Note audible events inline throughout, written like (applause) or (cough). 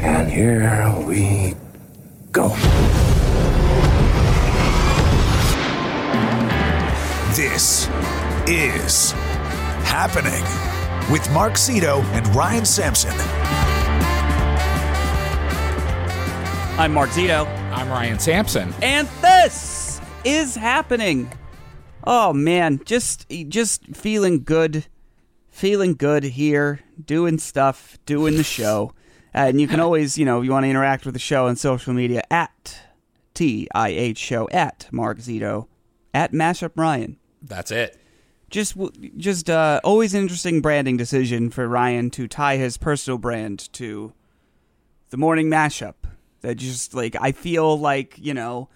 And here we go. This is happening with Mark Zito and Ryan Sampson. I'm Mark Zito, I'm Ryan Sampson. and this is happening. Oh man, just just feeling good, feeling good here, doing stuff, doing the show, and you can always, you know, you want to interact with the show on social media at T I H Show at Mark Zito at Mashup Ryan. That's it. Just, w- just uh, always an interesting branding decision for Ryan to tie his personal brand to the morning mashup. That just like I feel like you know,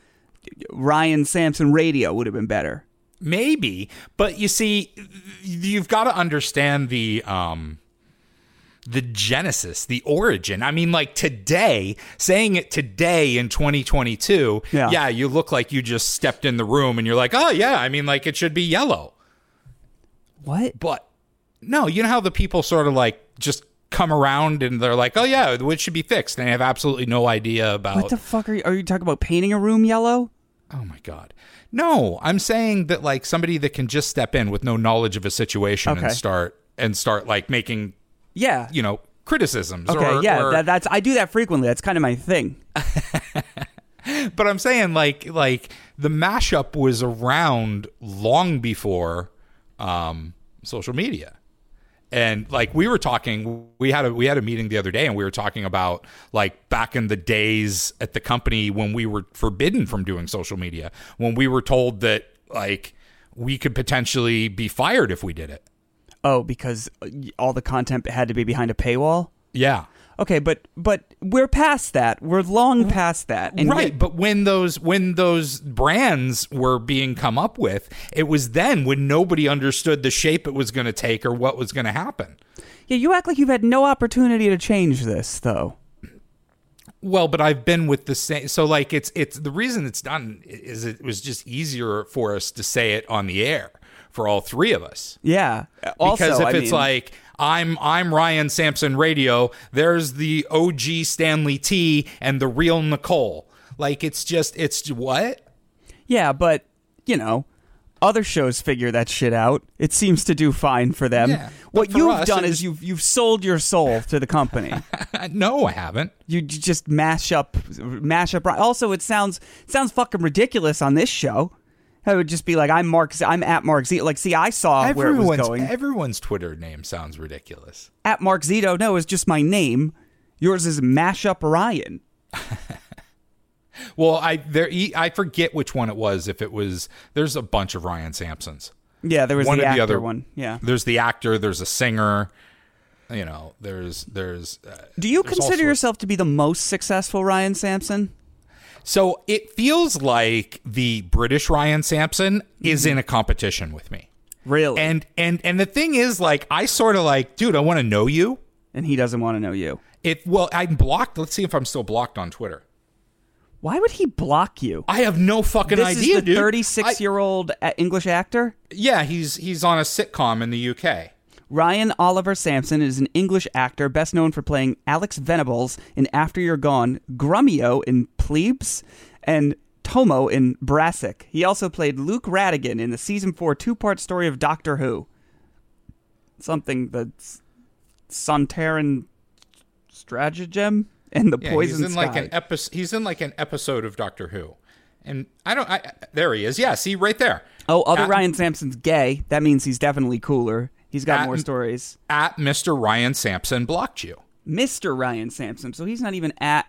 Ryan Sampson Radio would have been better. Maybe, but you see, you've got to understand the um the genesis, the origin. I mean, like today, saying it today in 2022, Yeah. you look like you just stepped in the room and you're like, oh yeah, I mean, like it should be yellow. What? But no, you know how the people sort of like just come around and they're like, oh yeah, it should be fixed, and they have absolutely no idea about What the fuck are you? Are you talking about painting a room yellow? Oh my god. No, I'm saying that like somebody that can just step in with no knowledge of a situation Okay. and start and start like making, Yeah. you know, criticisms okay. or- yeah. or- that, that's I do that frequently. That's kind of my thing. but I'm saying like like the mashup was around long before um, social media. And like we were talking, we had a we had a meeting the other day, and we were talking about like back in the days at the company when we were forbidden from doing social media, when we were told that like we could potentially be fired if we did it. Oh, because uh, y- all the content had to be behind a paywall. Yeah, Okay, but but we're past that. We're long past that. And yet- right. but when those when those brands were being come up with, it was then when nobody understood the shape it was going to take or what was going to happen. Yeah, you act like you've had no opportunity to change this, though. Well, but I've been with the same. So like it's it's the reason it's done is it was just easier for us to say it on the air for all three of us. Yeah. Also, because if I it's mean, like I'm I'm Ryan Sampson Radio, there's the OG Stanley T and the real Nicole. Like it's just it's what (laughs) yeah, but you know, other shows figure that shit out. It seems to do fine for them. Yeah, but what for you've us, done it is was- you've you've sold your (laughs) soul to the company. no, I haven't. you j- just mash up, mash up. Also, it sounds sounds fucking ridiculous on this show. I would just be like, I'm Mark. Z- I'm at Mark Z. Like, see, I saw where it was Everyone's, going. everyone's Twitter name sounds ridiculous. at Mark Zito. No, it's just my name. Yours is Mashup Ryan. Well, I there e- I forget which one it was. If it was, there's a bunch of Ryan Sampsons. Yeah, there was One the of actor the other- one. Yeah. There's the actor. There's a singer. You know, there's there's. Uh, Do you There's all consider sorts- yourself to be the most successful Ryan Sampson? so it feels like the British Ryan Sampson is Mm-hmm. in a competition with me. Really? And, And and and the thing is, like, I sort of like, dude, I want to know you. he doesn't want to know you. If well, I'm blocked. Let's see if I'm still blocked on Twitter. Why would he block you? I have no fucking this idea, is the dude. I- 36 year old English actor? Yeah, he's he's on a sitcom in the UK. Ryan Oliver Sampson is an English actor best known for playing Alex Venables in After You're Gone, Grummio in Plebes, and Tomo in Brassic. He also played Luke Radigan in the season four two part story of Doctor Who. Something that's Sontaran Stratagem and the Yeah, Poison he's in Sky. like an episode. He's in like an episode of Doctor Who, and I don't. I, I- there he is. Yeah, see right there. Oh, other at, Ryan Sampson's gay. That means he's definitely cooler. He's got At- more stories. at Mr. Ryan Sampson blocked you. Mr. Ryan Sampson. So he's not even at.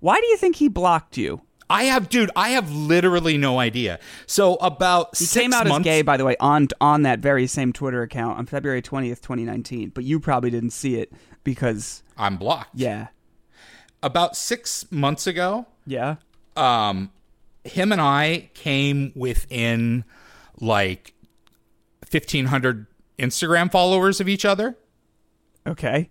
Why do you think he blocked you? I have, dude. I have literally no idea. So about He six came out months. as gay, by the way, on on that very same Twitter account on February twentieth, twenty nineteen. But you probably didn't see it because I'm blocked. yeah, About six months ago, yeah, um, him and I came within like 1,500 Instagram followers of each other. okay.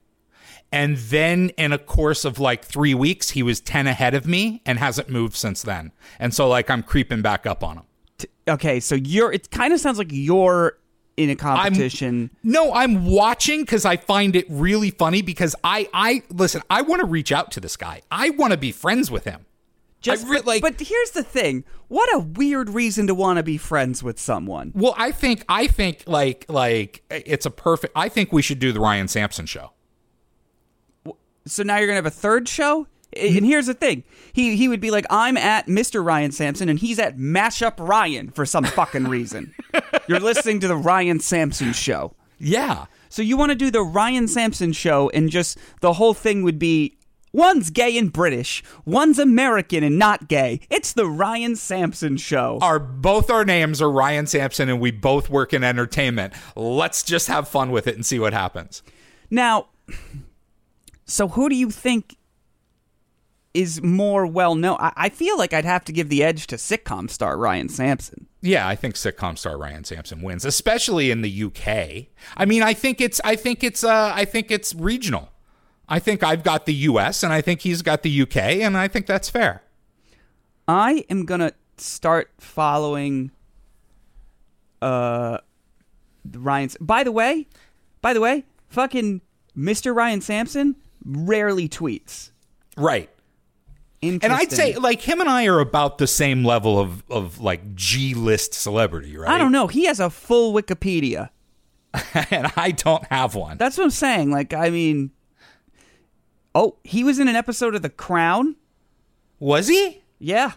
And then in a course of like three weeks, he was 10 ahead of me and hasn't moved since then. And so, like, I'm creeping back up on him. Okay, so you're it kind of sounds like you're in a competition. No, I'm watching because I find it really funny because I, I listen. I want to reach out to this guy. I want to be friends with him. Just re- like- but here's the thing: what a weird reason to want to be friends with someone. Well, I think I think like like it's a perfect. I think we should do the Ryan Sampson show. So now you're gonna have a third show. Mm-hmm. And here's the thing: he he would be like, "I'm at Mr. Ryan Sampson, and he's at Mashup Ryan for some fucking (laughs) reason." you're listening to the Ryan Sampson show. Yeah. So you want to do the Ryan Sampson show, and just the whole thing would be one's gay and British, one's American and not gay. It's the Ryan Sampson show. Our both our names are Ryan Sampson, and we both work in entertainment. Let's just have fun with it and see what happens. Now, so who do you think is more well known? I, I feel like I'd have to give the edge to sitcom star Ryan Sampson. Yeah, I think sitcom star Ryan Sampson wins, especially in the UK. I mean, I think it's I think it's uh I think it's regional. I think I've got the US and I think he's got the UK and I think that's fair. I am gonna start following uh Ryan's by the way, by the way, fucking Mr. Ryan Sampson rarely tweets. Right. Interesting. And I'd say like him and I are about the same level of of like G list celebrity, right? I don't know. He has a full Wikipedia. (laughs) and I don't have one. That's what I'm saying. Like, I mean, oh, he was in an episode of The Crown. Was he? Yeah.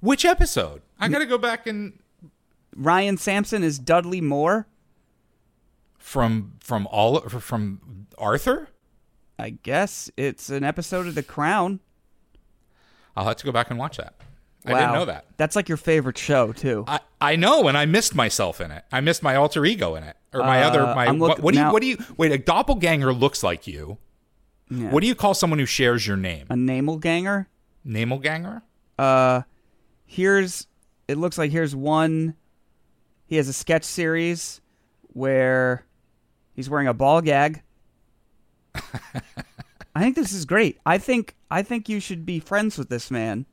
Which episode? I gotta go back and Ryan Sampson is Dudley Moore, from from all from Arthur. I guess it's an episode of The Crown. I'll have to go back and watch that. I wow. didn't know that. That's like your favorite show too. I, I know, and I missed myself in it. I missed my alter ego in it, or my other my. Uh, I'm what, look- what do you now- what do you wait? A doppelganger looks like you. Yeah. What do you call someone who shares your name? a Namelganger. Namelganger. Uh, Here's it looks like here's one. He has a sketch series where he's wearing a ball (laughs) gag. I think this is great. I think I think you should be friends with this man.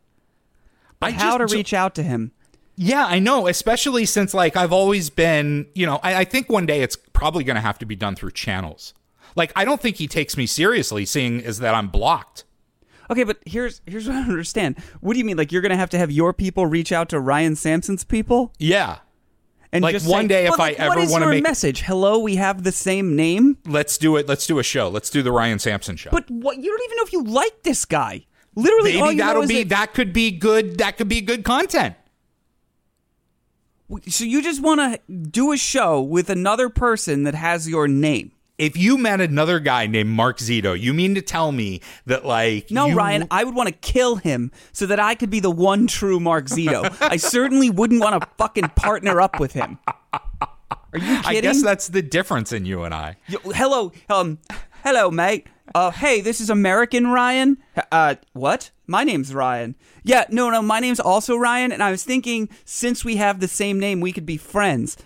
I How to just- reach out to him? Yeah, I know. Especially since like I've always been, you know, I, I think one day it's probably going to have to be done through channels. Like I don't think he takes me seriously, seeing is that I'm blocked. Okay, but here's here's what I don't understand. What do you mean? Like you're gonna have to have your people reach out to Ryan Sampson's people? Yeah. And Like, just one say, day if "Well, I like, ever what is wanna your make- message? Hello, we have the same name. Let's do it. Let's do a show. Let's do the Ryan Sampson show. But what? You don't even know if you like this guy. Literally, all Maybe you know that'll is be that- that could be good. That could be good content. So you just want to do a show with another person that has your name? if you met another guy named Mark Zito, you mean to tell me that like No, you- Ryan. I would want to kill him so that I could be the one true Mark Zito. (laughs) I certainly wouldn't want to fucking partner up with him. Are you kidding? I guess that's the difference in you and I. Yo, hello, um, hello, mate. Uh, hey, this is American Ryan. Uh, what? My name's Ryan. Yeah, no, no, my name's also Ryan, and I was thinking since we have the same name, we could be friends.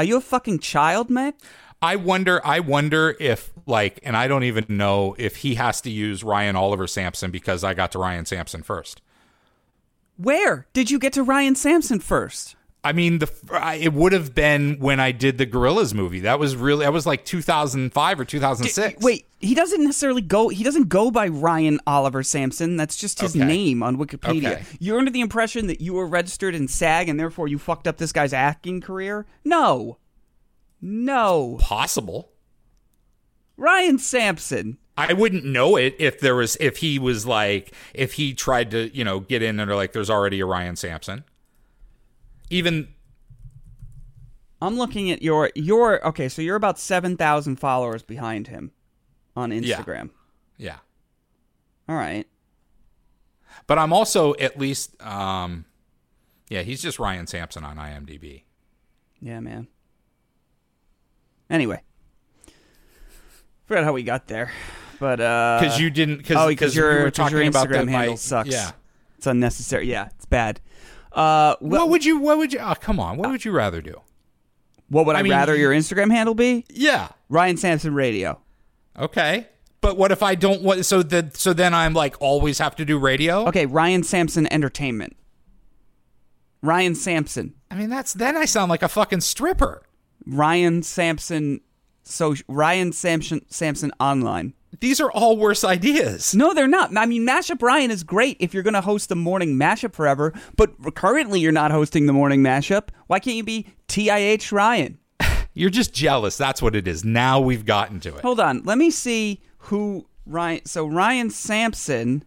Are you a fucking child, mate? I wonder I wonder if like and I don't even know if he has to use Ryan Oliver Sampson because I got to Ryan Sampson first. Where did you get to Ryan Sampson first? I mean the f- I- it would have been when I did the Gorillas movie. That was really that was like 2005 or 2006. Wait, he doesn't necessarily go. He doesn't go by Ryan Oliver Sampson. That's just his Okay. name on Wikipedia. Okay. You're under the impression that you were registered in SAG and therefore you fucked up this guy's acting career. No, no. possible. Ryan Sampson. I wouldn't know it if there was if he was like if he tried to you know get in under like there's already a Ryan Sampson. Even I'm looking at your your okay, so you're about seven thousand followers behind him on Instagram. yeah, All right. but I'm also at least um, yeah he's just Ryan Sampson on IMDb. Yeah, man. Anyway. Forgot how we got there. But uh because you didn't because oh, 'cause because your- we were 'cause talking your about the Instagram handle my- sucks. Yeah. it's unnecessary. Yeah, it's bad. Uh wh- what would you? What would you? Oh, come on. What would you rather do? what would I, I mean- rather your Instagram handle be? Yeah. Ryan Sampson Radio. Okay. But what if I don't want? So the so then I'm like always have to do radio. Okay, Ryan Sampson Entertainment. Ryan Sampson. I mean that's then I sound like a fucking stripper. Ryan Sampson. So Ryan Sampson Sampson online. These are all worse ideas. No, they're not. I mean, Mashup Ryan is great if you're going to host the morning mashup forever, but currently you're not hosting the morning mashup. Why can't you be TIH Ryan? You're just jealous. That's what it is. Now we've gotten to it. Hold on. Let me see who Ryan. So Ryan Sampson.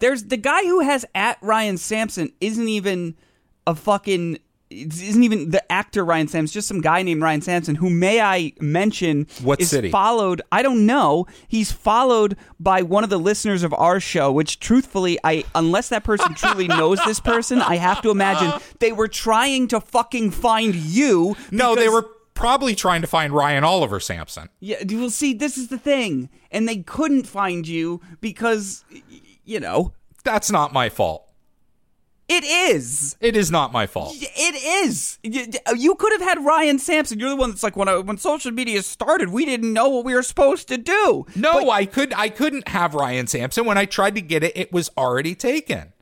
There's the guy who has at Ryan Sampson isn't even a fucking isn't even the actor Ryan Sampson. Just some guy named Ryan Sampson who may I mention What is city? followed. I don't know. He's followed by one of the listeners of our show. Which truthfully, I unless that (laughs) person truly knows this person, I have to imagine they were trying to fucking find you. No, they because- were probably trying to find Ryan Oliver Sampson. yeah, you will see. This is the thing, and they couldn't find you because, y- y- you know, That's not my fault. it is. It is not my fault. It is. Y- y- You could have had Ryan Sampson. You're the one that's like when I, when social media started, we didn't know what we were supposed to do. No, I could I couldn't have Ryan Sampson. When I tried to get it, it was already taken.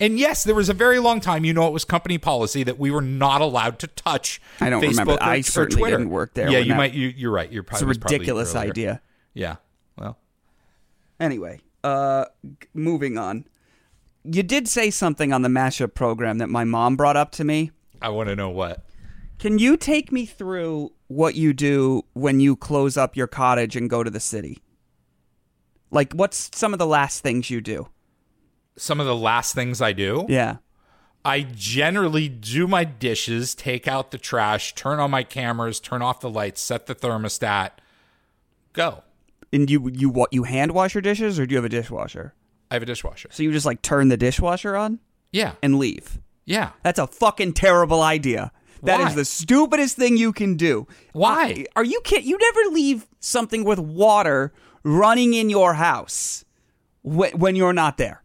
And yes, there was a very long time, you know, it was company policy that we were not allowed to touch. I don't Facebook remember. Or, I or certainly Twitter. didn't work there Yeah, when you that- might. You, you're right. You're It's a probably it was probably ridiculous earlier. idea. Yeah. Well, Anyway, uh, g- moving on. You did say something on the mashup program that my mom brought up to me. I want to know what. Can you take me through what you do when you close up your cottage and go to the city? Like, what's some of the last things you do? Some of the last things I do. Yeah. I generally do my dishes, take out the trash, turn on my cameras, turn off the lights, set the thermostat, go. And you you what you hand wash your dishes or do you have a dishwasher? I have a dishwasher. So you just like turn the dishwasher on Yeah. and leave. Yeah. That's a fucking terrible idea. That is Why? the stupidest thing you can do. Uh, Why? Are you kidding? You never leave something with water running in your house wh- when you're not (laughs) there.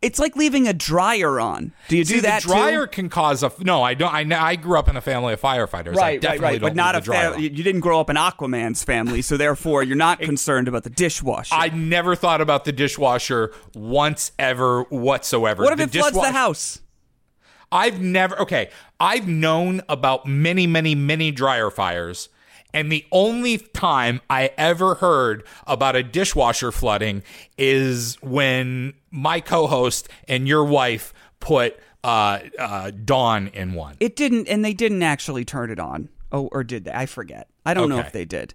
it's like leaving a dryer on. Do you See, do that the dryer too? can cause a no. I don't. I kn- I grew up in a family of firefighters. I Right, right, definitely right. Don't But not a leave the dryer. fa- on. you you didn't grow up in Aquaman's family, so therefore you're not concerned about the dishwasher. I never thought about the dishwasher once ever whatsoever. what if The it floods the dishwa- house? I've never. Okay, I've known about many, many, many dryer fires, and the only time I ever heard about a dishwasher flooding is when my co-host and your wife put uh, uh, Dawn in one. It didn't, and they didn't actually turn it on. Oh, or did they? I forget. I don't know Okay. if they did.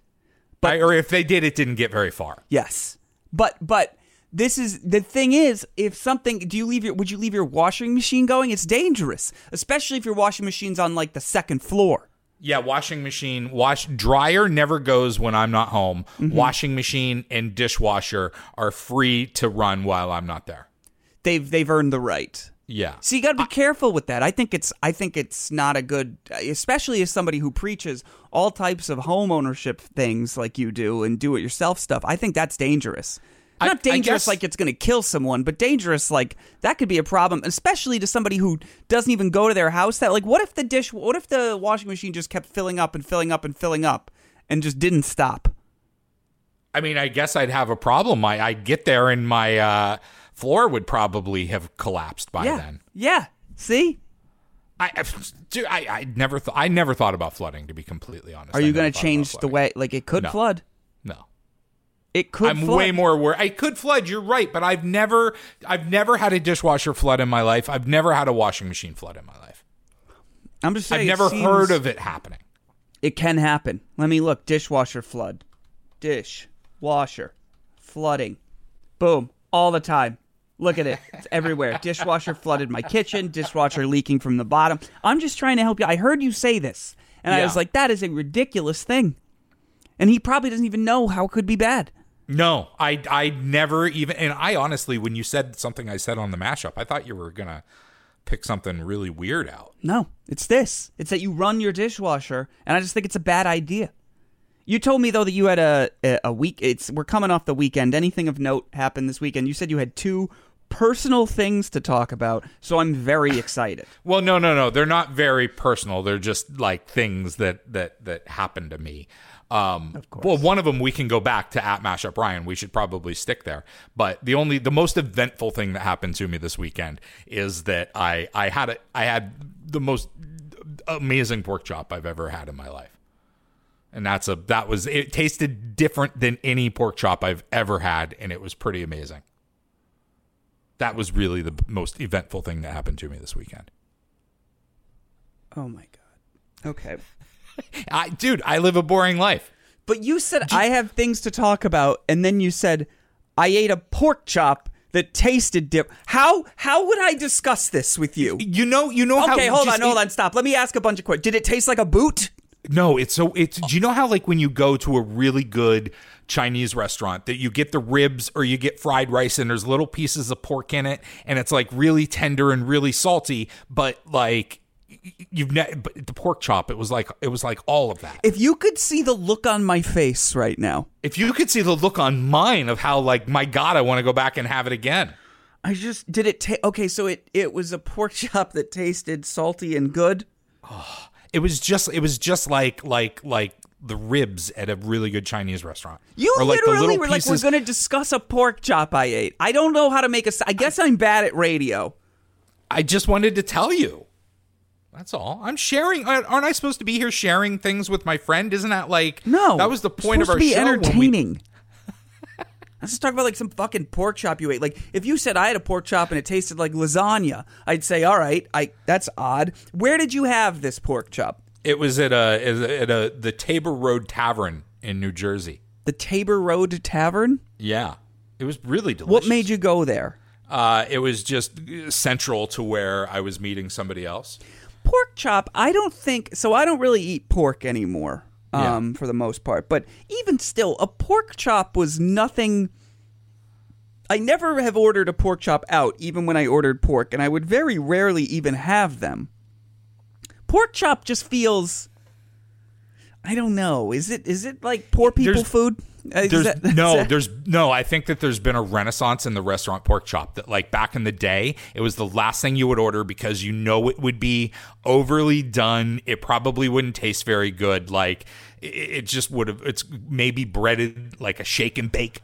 I- or if they did, it didn't get very far. Yes, but but this is the thing is if something do you leave your would you leave your washing machine going? It's dangerous, especially if your washing machine's on like the second floor. Yeah, washing machine, wash dryer never goes when I'm not home. Washing machine and dishwasher are free to run while I'm not there. They've they've earned the right. Yeah. So you got to be careful with that. I think it's I think it's not a good, especially as somebody who preaches all types of home ownership things like you do and do it yourself stuff. I think that's dangerous. I- Not I dangerous guess- like it's going to kill someone, but dangerous like that could be a problem, especially to somebody who doesn't even go to their house. That like, what if the dish, what if the washing machine just kept filling up and filling up and filling up, and just didn't stop? I mean, I guess I'd have a problem. I, I'd get there and my uh, floor would probably have collapsed by yeah, then. yeah. See, I, I, dude, I, I never thought I never thought about flooding to be completely honest. are I you never going thought to about change the flooding. way? Like it could No. flood. No. It could. I'm flood. way more worried. I could flood. You're right, but I've never, I've never had a dishwasher flood in my life. I've never had a washing machine flood in my life. I'm just saying. I've it never seems- heard of it happening. It can happen. Let me look. Dishwasher flood. Dish. Washer. Flooding. Boom. All the time. Look at it. It's everywhere. Dishwasher flooded my kitchen. Dishwasher leaking from the bottom. I'm just trying to help you. I heard you say this. And I Yeah. was like, that is a ridiculous thing. And he probably doesn't even know how it could be bad. No, I I never even and I honestly when you said something I said on the mashup, I thought you were going to pick something really weird out. No, it's this. It's that you run your dishwasher, and I just think it's a bad idea. You told me though that you had a a, a week. It's we're coming off the weekend. Anything of note happened this weekend? You said you had two personal things to talk about, so I'm (laughs) very excited. Well, no, no, no. They're not very personal. They're just like things that that that happened to me. Um, well, one of them we can go back to at mashup Ryan. We should probably stick there. But the only the most eventful thing that happened to me this weekend is that I I had a I had the most amazing pork chop I've ever had in my life. And that's a that was it tasted different than any pork chop I've ever had and it was pretty amazing. That was really the most eventful thing that happened to me this weekend. Oh my god. Okay. I dude, I live a boring life. But you said I have things to talk about, and then you said I ate a pork chop that tasted dip. How how would I discuss this with you? You know, you know how Okay, hold just on, hold eat- on, stop. Let me ask a bunch of questions. Did it taste like a boot? No, it's so it's do you know how like when you go to a really good Chinese restaurant that you get the ribs or you get fried rice and there's little pieces of pork in it and it's like really tender and really salty, but like y- y- you've ne- but the pork chop it was like it was like all of that. If you could see the look on my face right now, If you could see the look on mine of how like my god I want to go back and have it again. I just did it. Ta- okay, so it it was a pork (laughs) chop that tasted salty and good. It was just it was just like like like the ribs at a really good Chinese restaurant. You Or, like, the literally little were like, "We're pieces- going to discuss a pork chop I ate." I don't know how to make a. s- I guess I'm bad at radio. I just wanted to tell you. That's all. I'm sharing. Aren't aren't I supposed to be here sharing things with my friend? Isn't that like No, That was the it's point of supposed our to be show. when we- entertaining. (laughs) Let's just talk about like some fucking pork chop you ate. Like if you said I had a pork chop and it tasted like lasagna, I'd say, "All right, I that's odd." Where did you have this pork chop? it was at a at a- at a the Tabor Road Tavern in New Jersey. The Tabor Road Tavern. Yeah, it was really delicious. What made you go there? Uh, it was just central to where I was meeting somebody else. pork chop i don't think so i don't really eat pork anymore Yeah. um, for the most part but even still a pork chop was nothing i never have ordered a pork chop out even when i ordered pork and i would very rarely even have them pork chop just feels i don't know is it is it like poor people There's- food Uh, is There's that- (laughs) no, is that- there's no. I think that there's been a renaissance in the restaurant pork chop. That like back in the day, it was the last thing you would order because you know it would be overly done. It probably wouldn't taste very good. Like it, it just would have. It's maybe breaded like a shake and bake.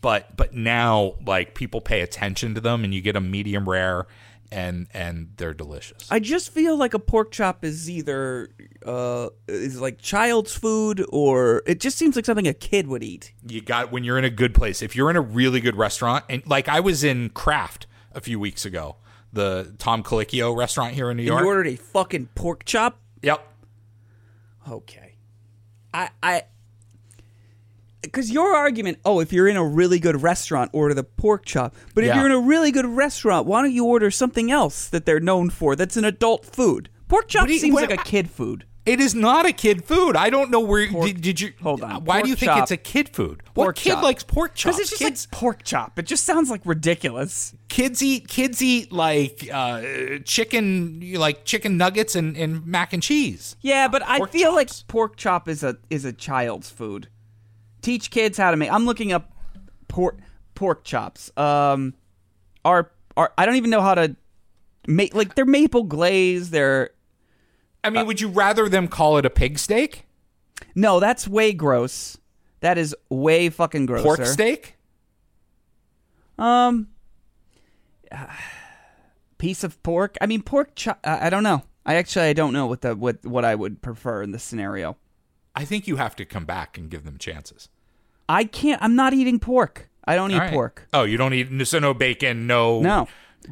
But but now like people pay attention to them, and you get a medium rare, and and they're delicious. I just feel like a pork chop is either uh, is like child's food or it just seems like something a kid would eat. you got when you're in a good place. If you're in a really good restaurant, and like I was in Kraft a few weeks ago, the Tom Colicchio restaurant here in New York. You ordered a fucking pork chop? yep. Okay. I I because your argument, oh, if you're in a really good restaurant, order the pork chop. But if Yeah. you're in a really good restaurant, why don't you order something else that they're known for that's an adult food? Pork chop do you- seems what- like a kid food. It is not a kid food. I don't know where did, did you hold on. Why Pork do you think chop. it's a kid food? Pork what kid chop. likes pork chops? Because it's just kids, like pork chop. It just sounds like ridiculous. kids eat kids eat like uh, chicken like chicken nuggets and, and mac and cheese. Yeah, but I Pork feel chops. like pork chop is a is a child's food. Teach kids how to make. I'm looking up pork pork chops. Um, are are I don't even know how to make like they're maple glaze. They're I Uh, mean, would you rather them call it a pig steak? no, that's way gross. That is way fucking gross. Pork steak? Um, (sighs) ah, piece of pork. I mean, pork chop. I I don't know. I actually I don't know what the what what I would prefer in this scenario. I think you have to come back and give them chances. I can't. I'm not eating pork. I don't eat All right. pork. Oh, you don't eat so no bacon, no No.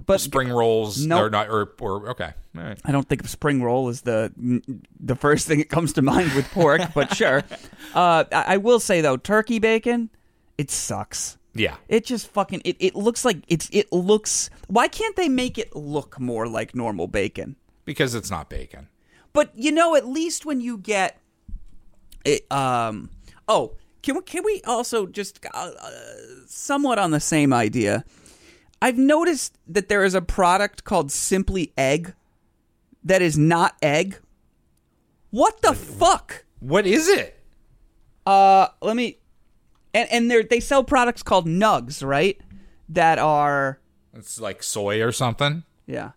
But spring rolls. Nope. or not or, or okay. All right. I don't think of spring roll is the the first thing that comes to mind with pork, (laughs) but sure. Uh, I, I will say though, turkey bacon, it sucks. Yeah. It just fucking it, it looks like it's it looks. Why can't they make it look more like normal bacon? Because it's not bacon. But you know, at least when you get it, um, oh, can we can we also just uh, uh, somewhat on the same idea? I've noticed that there is a product called Simply Egg that is not egg. What the fuck? What is it? Uh, let me. And and they they sell products called nugs, right? That are It's like soy or something. Yeah.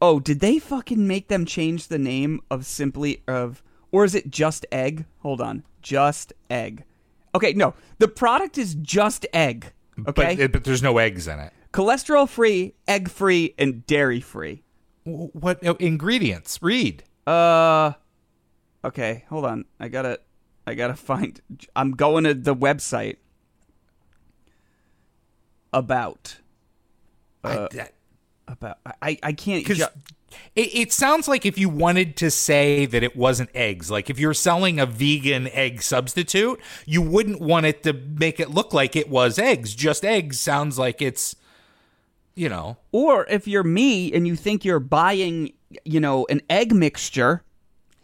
Oh, did they fucking make them change the name of simply of or is it just egg? Hold on. Just egg. Okay, no. The product is just egg. Okay. But, it, but there's no eggs in it. Cholesterol free, egg free, and dairy free. w- what uh, ingredients? Read. Uh, okay, hold on. I gotta, I gotta find. I'm going to the website. About, I, that- about. I, I can't. because Uh, ju- it, it sounds like if you wanted to say that it wasn't eggs, like if you're selling a vegan egg substitute, you wouldn't want it to make it look like it was eggs. Just eggs sounds like it's, you know, or if you're me and you think you're buying, you know, an egg mixture.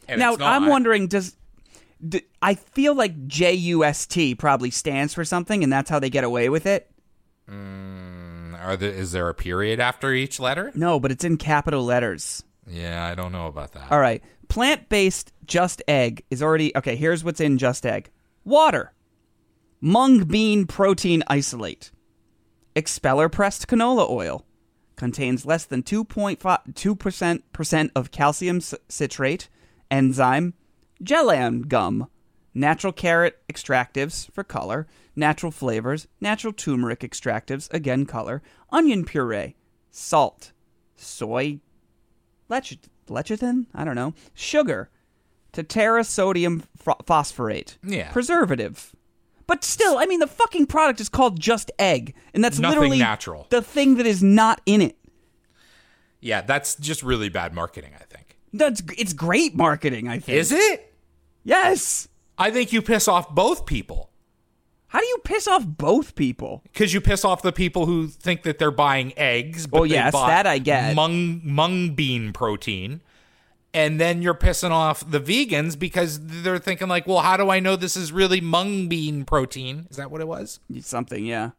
and now it's not. I'm wondering, does d I I feel like JUST probably stands for something, and that's how they get away with it. Are there, is there a period after each letter? No, but it's in capital letters. Yeah, I don't know about that. All right. Plant based just egg is already. Okay, here's what's in just egg water, mung bean protein isolate, expeller pressed canola oil, contains less than 2.5% percent of calcium c- citrate, enzyme, gelan gum, natural carrot extractives for color, natural flavors, natural turmeric extractives, again color, onion puree, salt, soy Lech- lechitin? I don't know. Sugar. Tatera sodium ph- phosphorate. Yeah. Preservative. But still, I mean, the fucking product is called just egg, and that's Nothing literally natural. The thing that is not in it. Yeah, that's just really bad marketing, I think. That's it's great marketing. I think. Is it? Yes. I think you piss off both people How do you piss off both people? because you piss off the people who think that they're buying eggs. But Well, they yes, bought that I get. Mung mung bean protein, and then you're pissing off the vegans because they're thinking like, well, how do I know this is really mung bean protein? Is that what it was? Something, yeah.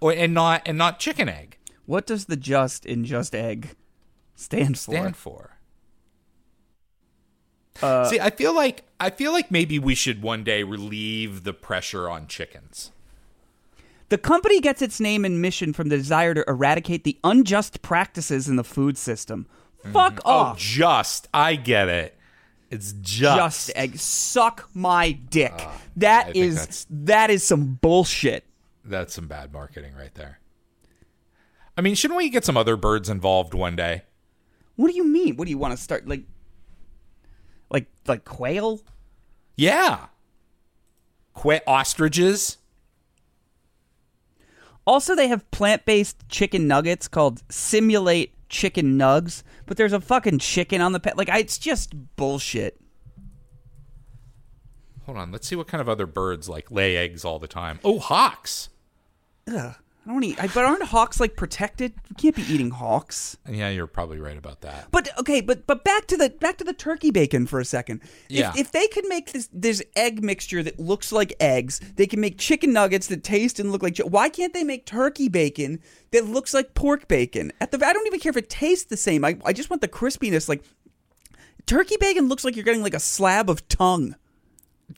Or and not and not chicken egg What does the just in just egg stand for? stand for? Uh, See, I feel like I feel like maybe we should one day relieve the pressure on chickens. The company gets its name and mission from the desire to eradicate the unjust practices in the food system. Fuck Oh, off. just I get it. It's just, just egg. Suck my dick. Ah, I that think is that's- that is some bullshit. That's some bad marketing right there. I mean, shouldn't we get some other birds involved one day? What do you mean? What do you want to start like like like quail? Yeah. Quit ostriches. Also they have plant-based chicken nuggets called simulate chicken nugs, but there's a fucking chicken on the pet. Like I, it's just bullshit. Hold on, let's see what kind of other birds like lay eggs all the time. Oh, hawks. I don't eat. I, but aren't hawks like protected? You can't be eating hawks. Yeah, you're probably right about that. But okay, but but back to the back to the turkey bacon for a second. Yeah. If, if they could make this this egg mixture that looks like eggs, they can make chicken nuggets that taste and look like. chi- Why can't they make turkey bacon that looks like pork bacon? At the I don't even care if it tastes the same. I I just want the crispiness. Like turkey bacon looks like you're getting like a slab of tongue.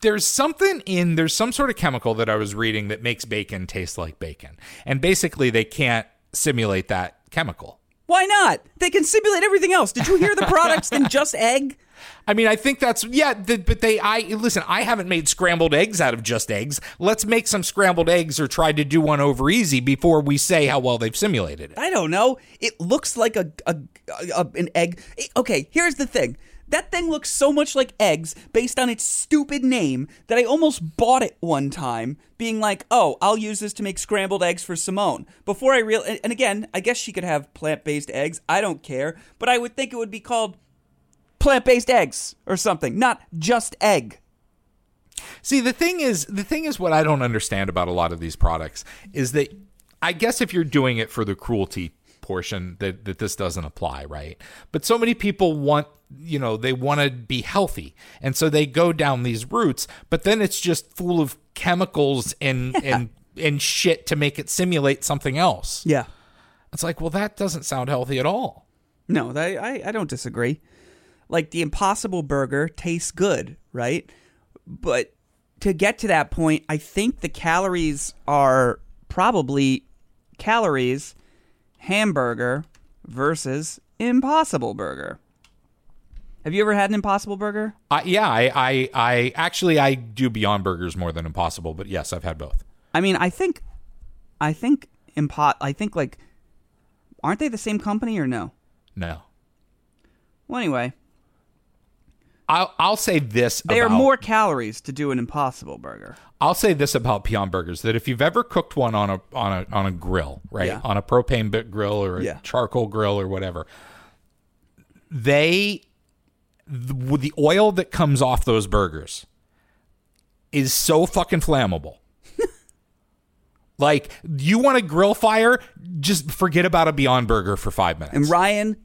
There's something in there's some sort of chemical that I was reading that makes bacon taste like bacon. And basically they can't simulate that chemical. Why not? They can simulate everything else. Did you hear the products than just egg? I mean, I think that's yeah, th- but they I listen, I haven't made scrambled eggs out of just eggs. Let's make some scrambled eggs or try to do one over easy before we say how well they've simulated it. I don't know. It looks like a, a, a- an egg. It- okay, here's the thing. That thing looks so much like eggs based on its stupid name that I almost bought it one time, being like, "Oh, I'll use this to make scrambled eggs for Simone." Before I real and, and again, I guess she could have plant-based eggs. I don't care, but I would think it would be called plant-based eggs or something, not just egg. See, the thing is, the thing is what I don't understand about a lot of these products is that I guess if you're doing it for the cruelty portion that that this doesn't apply, right? But so many people want, you know, they want to be healthy. And so they go down these routes, but then it's just full of chemicals and and and shit to make it simulate something else. Yeah. It's like, well, that doesn't sound healthy at all. No, that, I I don't disagree. Like the Impossible Burger tastes good, right? But to get to that point, I think the calories are probably calories hamburger versus Impossible Burger. Have you ever had an Impossible Burger? I, yeah, I, I, I actually I do Beyond Burgers more than Impossible, but yes, I've had both. I mean, I think, I think impo- I think like, aren't they the same company or no? No, Well, anyway, I'll I'll say this. there are about- more calories to do an Impossible Burger. I'll say this about peon burgers: that if you've ever cooked one on a on a on a grill, right, Yeah. on a propane bit grill or a Yeah. charcoal grill or whatever, they the, with the oil that comes off those burgers is so fucking (laughs) flammable. like you want a grill fire, just forget about a Beyond Burger for five minutes. And Ryan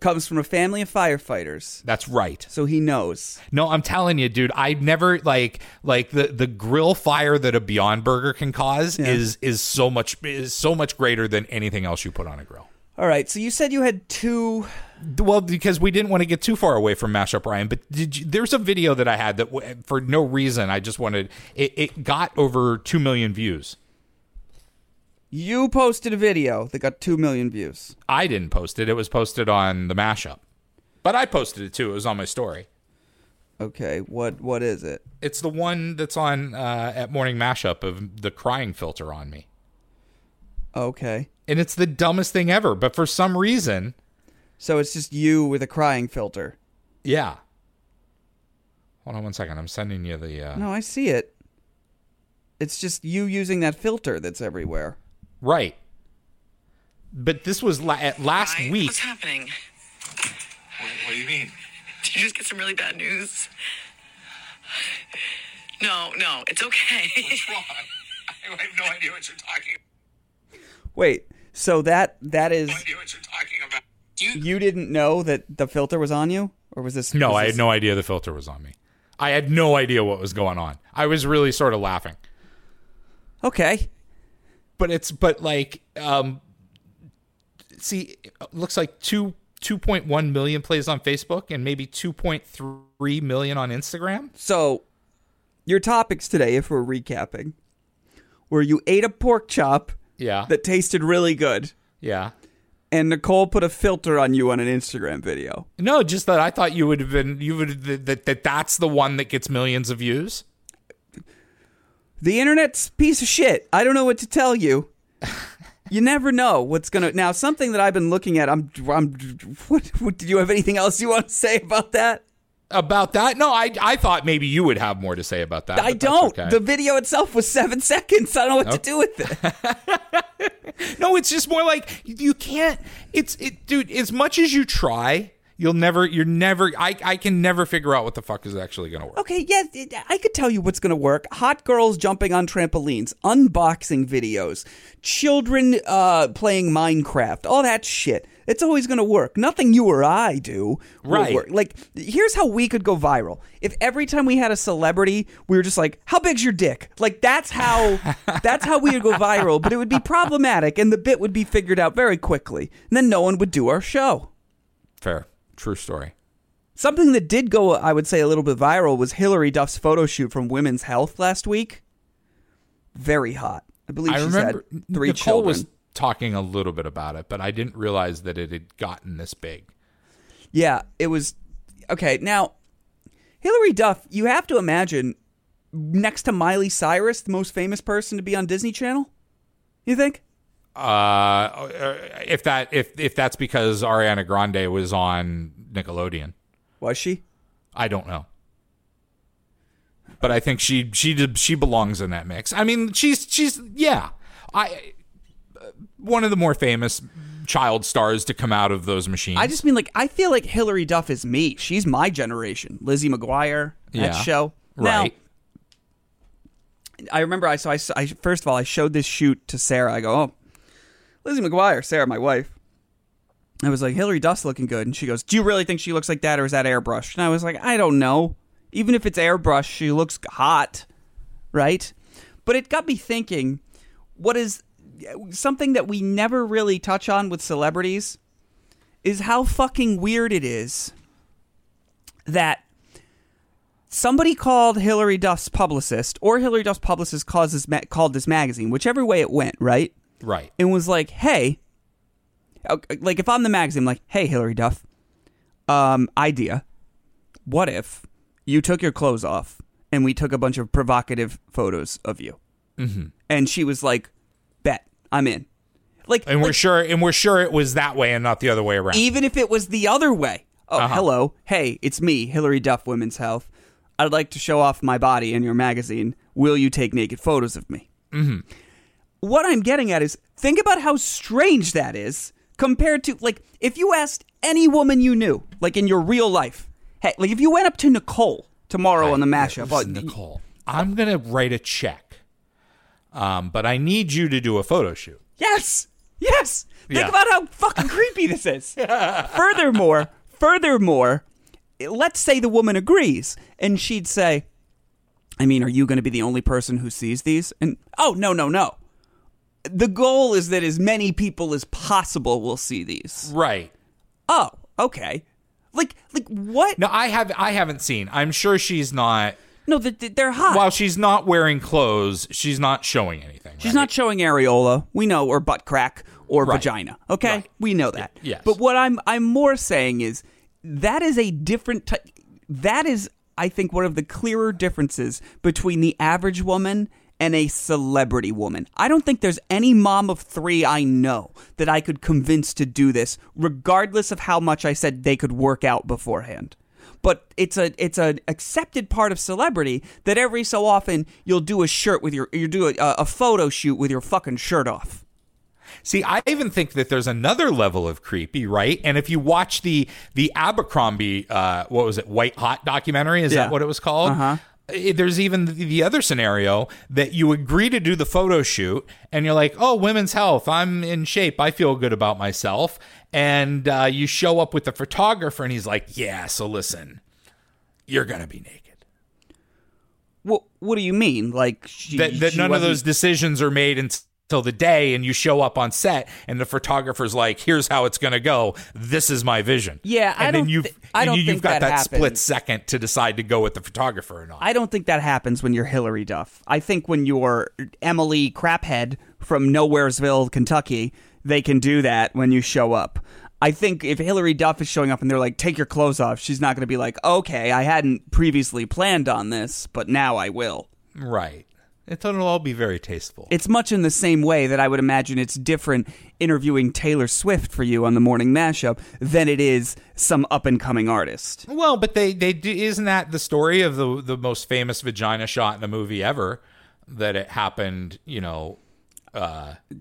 comes from a family of firefighters, That's right. so he knows. No, I'm telling you, dude. I never like like the the grill fire that a Beyond Burger can cause is is so much is so much greater than anything else you put on a grill. All right, so you said you had two. Well, because we didn't want to get too far away from mashup, Ryan. But did you, there's a video that I had that w- for no reason I just wanted it. It got over two million views. You posted a video that got 2 million views. I didn't post it. It was posted on the mashup, but I posted it too. It was on my story. Okay, what what is it? It's the one that's on uh, at morning mashup of the crying filter on me. Okay. and it's the dumbest thing ever. But for some reason, So it's just you with a crying filter. yeah. Hold on one second. I'm sending you the uh, No, I see it. It's just you using that filter that's everywhere. right. But this was la- at last Hi, week. What's happening? (laughs) What, what do you mean? (laughs) Did you just get some really bad news? No, no, it's okay. (laughs) What's wrong? I have no idea what you're talking. Wait, so that that is No idea what you're talking about. You you didn't know that the filter was on you, or was this? No, was I this- had no idea the filter was on me. I had no idea what was going on. I was really sort of laughing. Okay, But it's but like um see it looks like 2 2.1 million plays on Facebook and maybe 2.3 million on Instagram. so your topics today, if we're recapping, were you ate a pork chop Yeah. that tasted really good, yeah. and Nicole put a filter on you on an Instagram video. No, just that I thought you would have been you would that, that that that's the one that gets millions of views. The internet's a piece of shit. I don't know what to tell (laughs) you. You never know what's gonna now. Something that I've been looking at. I'm. I'm. What, what? Did you have anything else you want to say about that? About that? No, I I thought maybe you would have more to say about that. I but that's don't. okay. The video itself was seven seconds. I don't know what to do with it. no, it's just more like you can't. It's it, dude. As much as you try, you'll never. You're never. I I can never figure out what the fuck is actually gonna work. okay, yes, I could tell you what's going to work. Hot girls jumping on trampolines, unboxing videos, children uh, playing Minecraft, all that shit. It's always going to work. Nothing you or I do will Right. work. Like, here's how we could go viral. If every time we had a celebrity, we were just like, "How big's your dick?" Like, that's how that's how we would go viral. But it would be problematic, and the bit would be figured out very quickly, and then no one would do our show. Fair. True story. Something that did go, I would say, a little bit viral was Hillary Duff's photo shoot from Women's Health last week. Very hot. I believe I she's remember had three Nicole children. was talking a little bit about it, but I didn't realize that it had gotten this big. Yeah, it was. Okay, now, Hillary Duff, you have to imagine next to Miley Cyrus, the most famous person to be on Disney Channel. You think? Uh, if that if if that's because Ariana Grande was on Nickelodeon. Was she? I don't know. But I think she she did- she belongs in that mix. I mean, she's she's yeah. I uh, one of the more famous child stars to come out of those machines. I just mean, like, I feel like Hillary Duff is me. She's my generation. Lizzie McGuire, that Yeah. show. Now, right. I remember I so I, I first of all I showed this shoot to Sarah. I go, oh, Lizzie McGuire, Sarah, my wife. I was like, Hillary Duff's looking good, and she goes, Do you really think she looks like that, or is that airbrushed? And I was like, I don't know. Even if it's airbrushed, she looks hot, right? But it got me thinking. What is something that we never really touch on with celebrities is how fucking weird it is that somebody called Hillary Duff's publicist, or Hillary Duff's publicist calls this ma- called this magazine, whichever way it went, right? right. And was like, "Hey, uh, like if I'm the magazine, I'm like, hey, Hillary Duff, um, idea, what if you took your clothes off and we took a bunch of provocative photos of you?" Mm-hmm. And she was like, "Bet, I'm in." Like, And we're like, E sure and we're sure it was that way and not the other way around. Uh-huh. even if it was the other way. Oh, hello. Hey, it's me, Hillary Duff Women's Health. I'd like to show off my body in your magazine. Will you take naked photos of me? Mm-hmm. What I'm getting at is think about how strange that is compared to, like, if you asked any woman you knew, like in your real life, hey, like if you went up to Nicole tomorrow on the mashup, Listen, oh, Nicole, I'm gonna write a check, um, but I need you to do a photo shoot. Yes. Yes. Think Yeah. about how fucking creepy this (laughs) is. furthermore, furthermore, let's say the woman agrees and she'd say, I mean, are you going to be the only person who sees these? And oh, no, no, no. The goal is that as many people as possible will see these. Right. Oh, okay. Like like what? No, I have I haven't seen. I'm sure she's not. No, th- th- they're hot. While she's not wearing clothes, she's not showing anything. She's not showing areola. We know, or butt crack, or Right. vagina. Okay, Right. we know that. yes. But what I'm I'm more saying is that is a different type. That is, I think, one of the clearer differences between the average woman and a celebrity woman. I don't think there's any mom of three I know that I could convince to do this, regardless of how much I said they could work out beforehand but it's a it's an accepted part of celebrity that every so often you'll do a shirt with your you do a, a photo shoot with your fucking shirt off. See, I even think that there's another level of creepy, right? And if you watch the the Abercrombie, uh, what was it, White Hot documentary? Is Yeah. that what it was called? Uh-huh. There's even the, the other scenario that you agree to do the photo shoot, and you're like, "Oh, women's health. I'm in shape. I feel good about myself." And uh, you show up with the photographer, and he's like, "Yeah, so listen, you're gonna be naked." What what do you mean? Like she, that, that she none of wasn't- those decisions are made until the day and you show up on set and the photographer's like here's how it's going to go this is my vision Yeah, and I then don't you've, thi- I and don't you, think have that got that split happens. second to decide to go with the photographer or not I don't think that happens when you're Hillary Duff. I think when you're Emily Craphead from Nowheresville, Kentucky, they can do that when you show up. I think if Hillary Duff is showing up and they're like, take your clothes off, she's not going to be like, okay, I hadn't previously planned on this, but now I will. right it'll all be very tasteful it's much in the same way that I would imagine it's different interviewing Taylor Swift for you on the morning mashup than it is some up and coming artist. well but they they do, isn't that the story of the the most famous vagina shot in a movie ever that it happened you know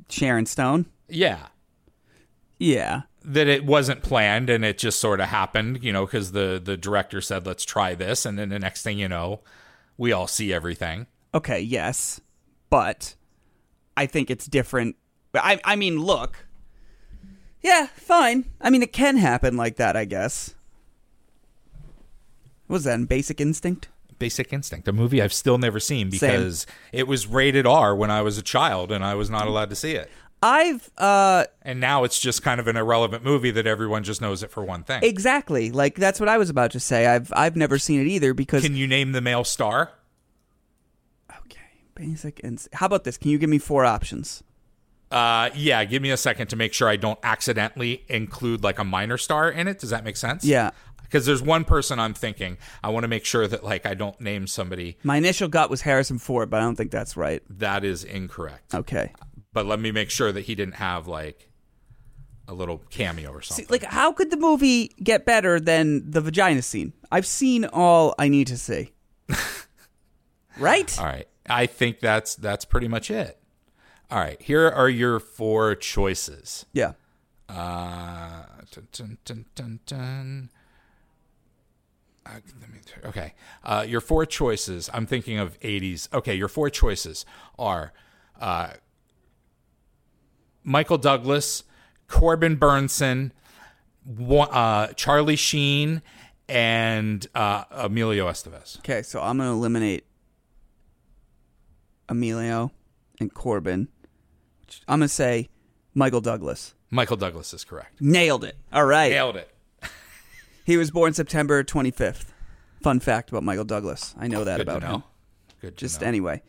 Sharon Stone? yeah Yeah. that it wasn't planned and it just sort of happened, you know, because the the director said let's try this, and then the next thing you know, we all see everything. Okay, yes. But I think it's different. I, I mean, look. Yeah, fine. I mean, it can happen like that, I guess. What was that in Basic Instinct? Basic Instinct, a movie I've still never seen because it was rated R when I was a child and I was not allowed to see it. I've, uh, And now it's just kind of an irrelevant movie that everyone just knows it for one thing. exactly. Like, that's what I was about to say. I've, I've never seen it either because Can you name the male star? Okay, basic and how about this? Can you give me four options? Uh, yeah, give me a second to make sure I don't accidentally include like a minor star in it. Does that make sense? Yeah. Because there's one person I'm thinking. I want to make sure that like I don't name somebody My initial gut was Harrison Ford, but I don't think that's right. That is incorrect. Okay, But let me make sure that he didn't have like a little cameo or something. See, like how could the movie get better than the vagina scene? I've seen all I need to see. (laughs) right? All right. I think that's that's pretty much it. All right. Here are your four choices. Yeah. Uh dun, dun, dun, dun, dun. Uh, let me- Okay. Uh, your four choices. I'm thinking of 80s. Okay. Your four choices are uh, Michael Douglas, Corbin Burnson, wa- uh, Charlie Sheen, and uh, Emilio Estevez. Okay, so I'm gonna eliminate Emilio and Corbin. I'm gonna say Michael Douglas. Michael Douglas is correct. Nailed it. All right. Nailed it. He was born September 25th. Fun fact about Michael Douglas. I know that Oh, Good to about him. know. Good to just know. anyway.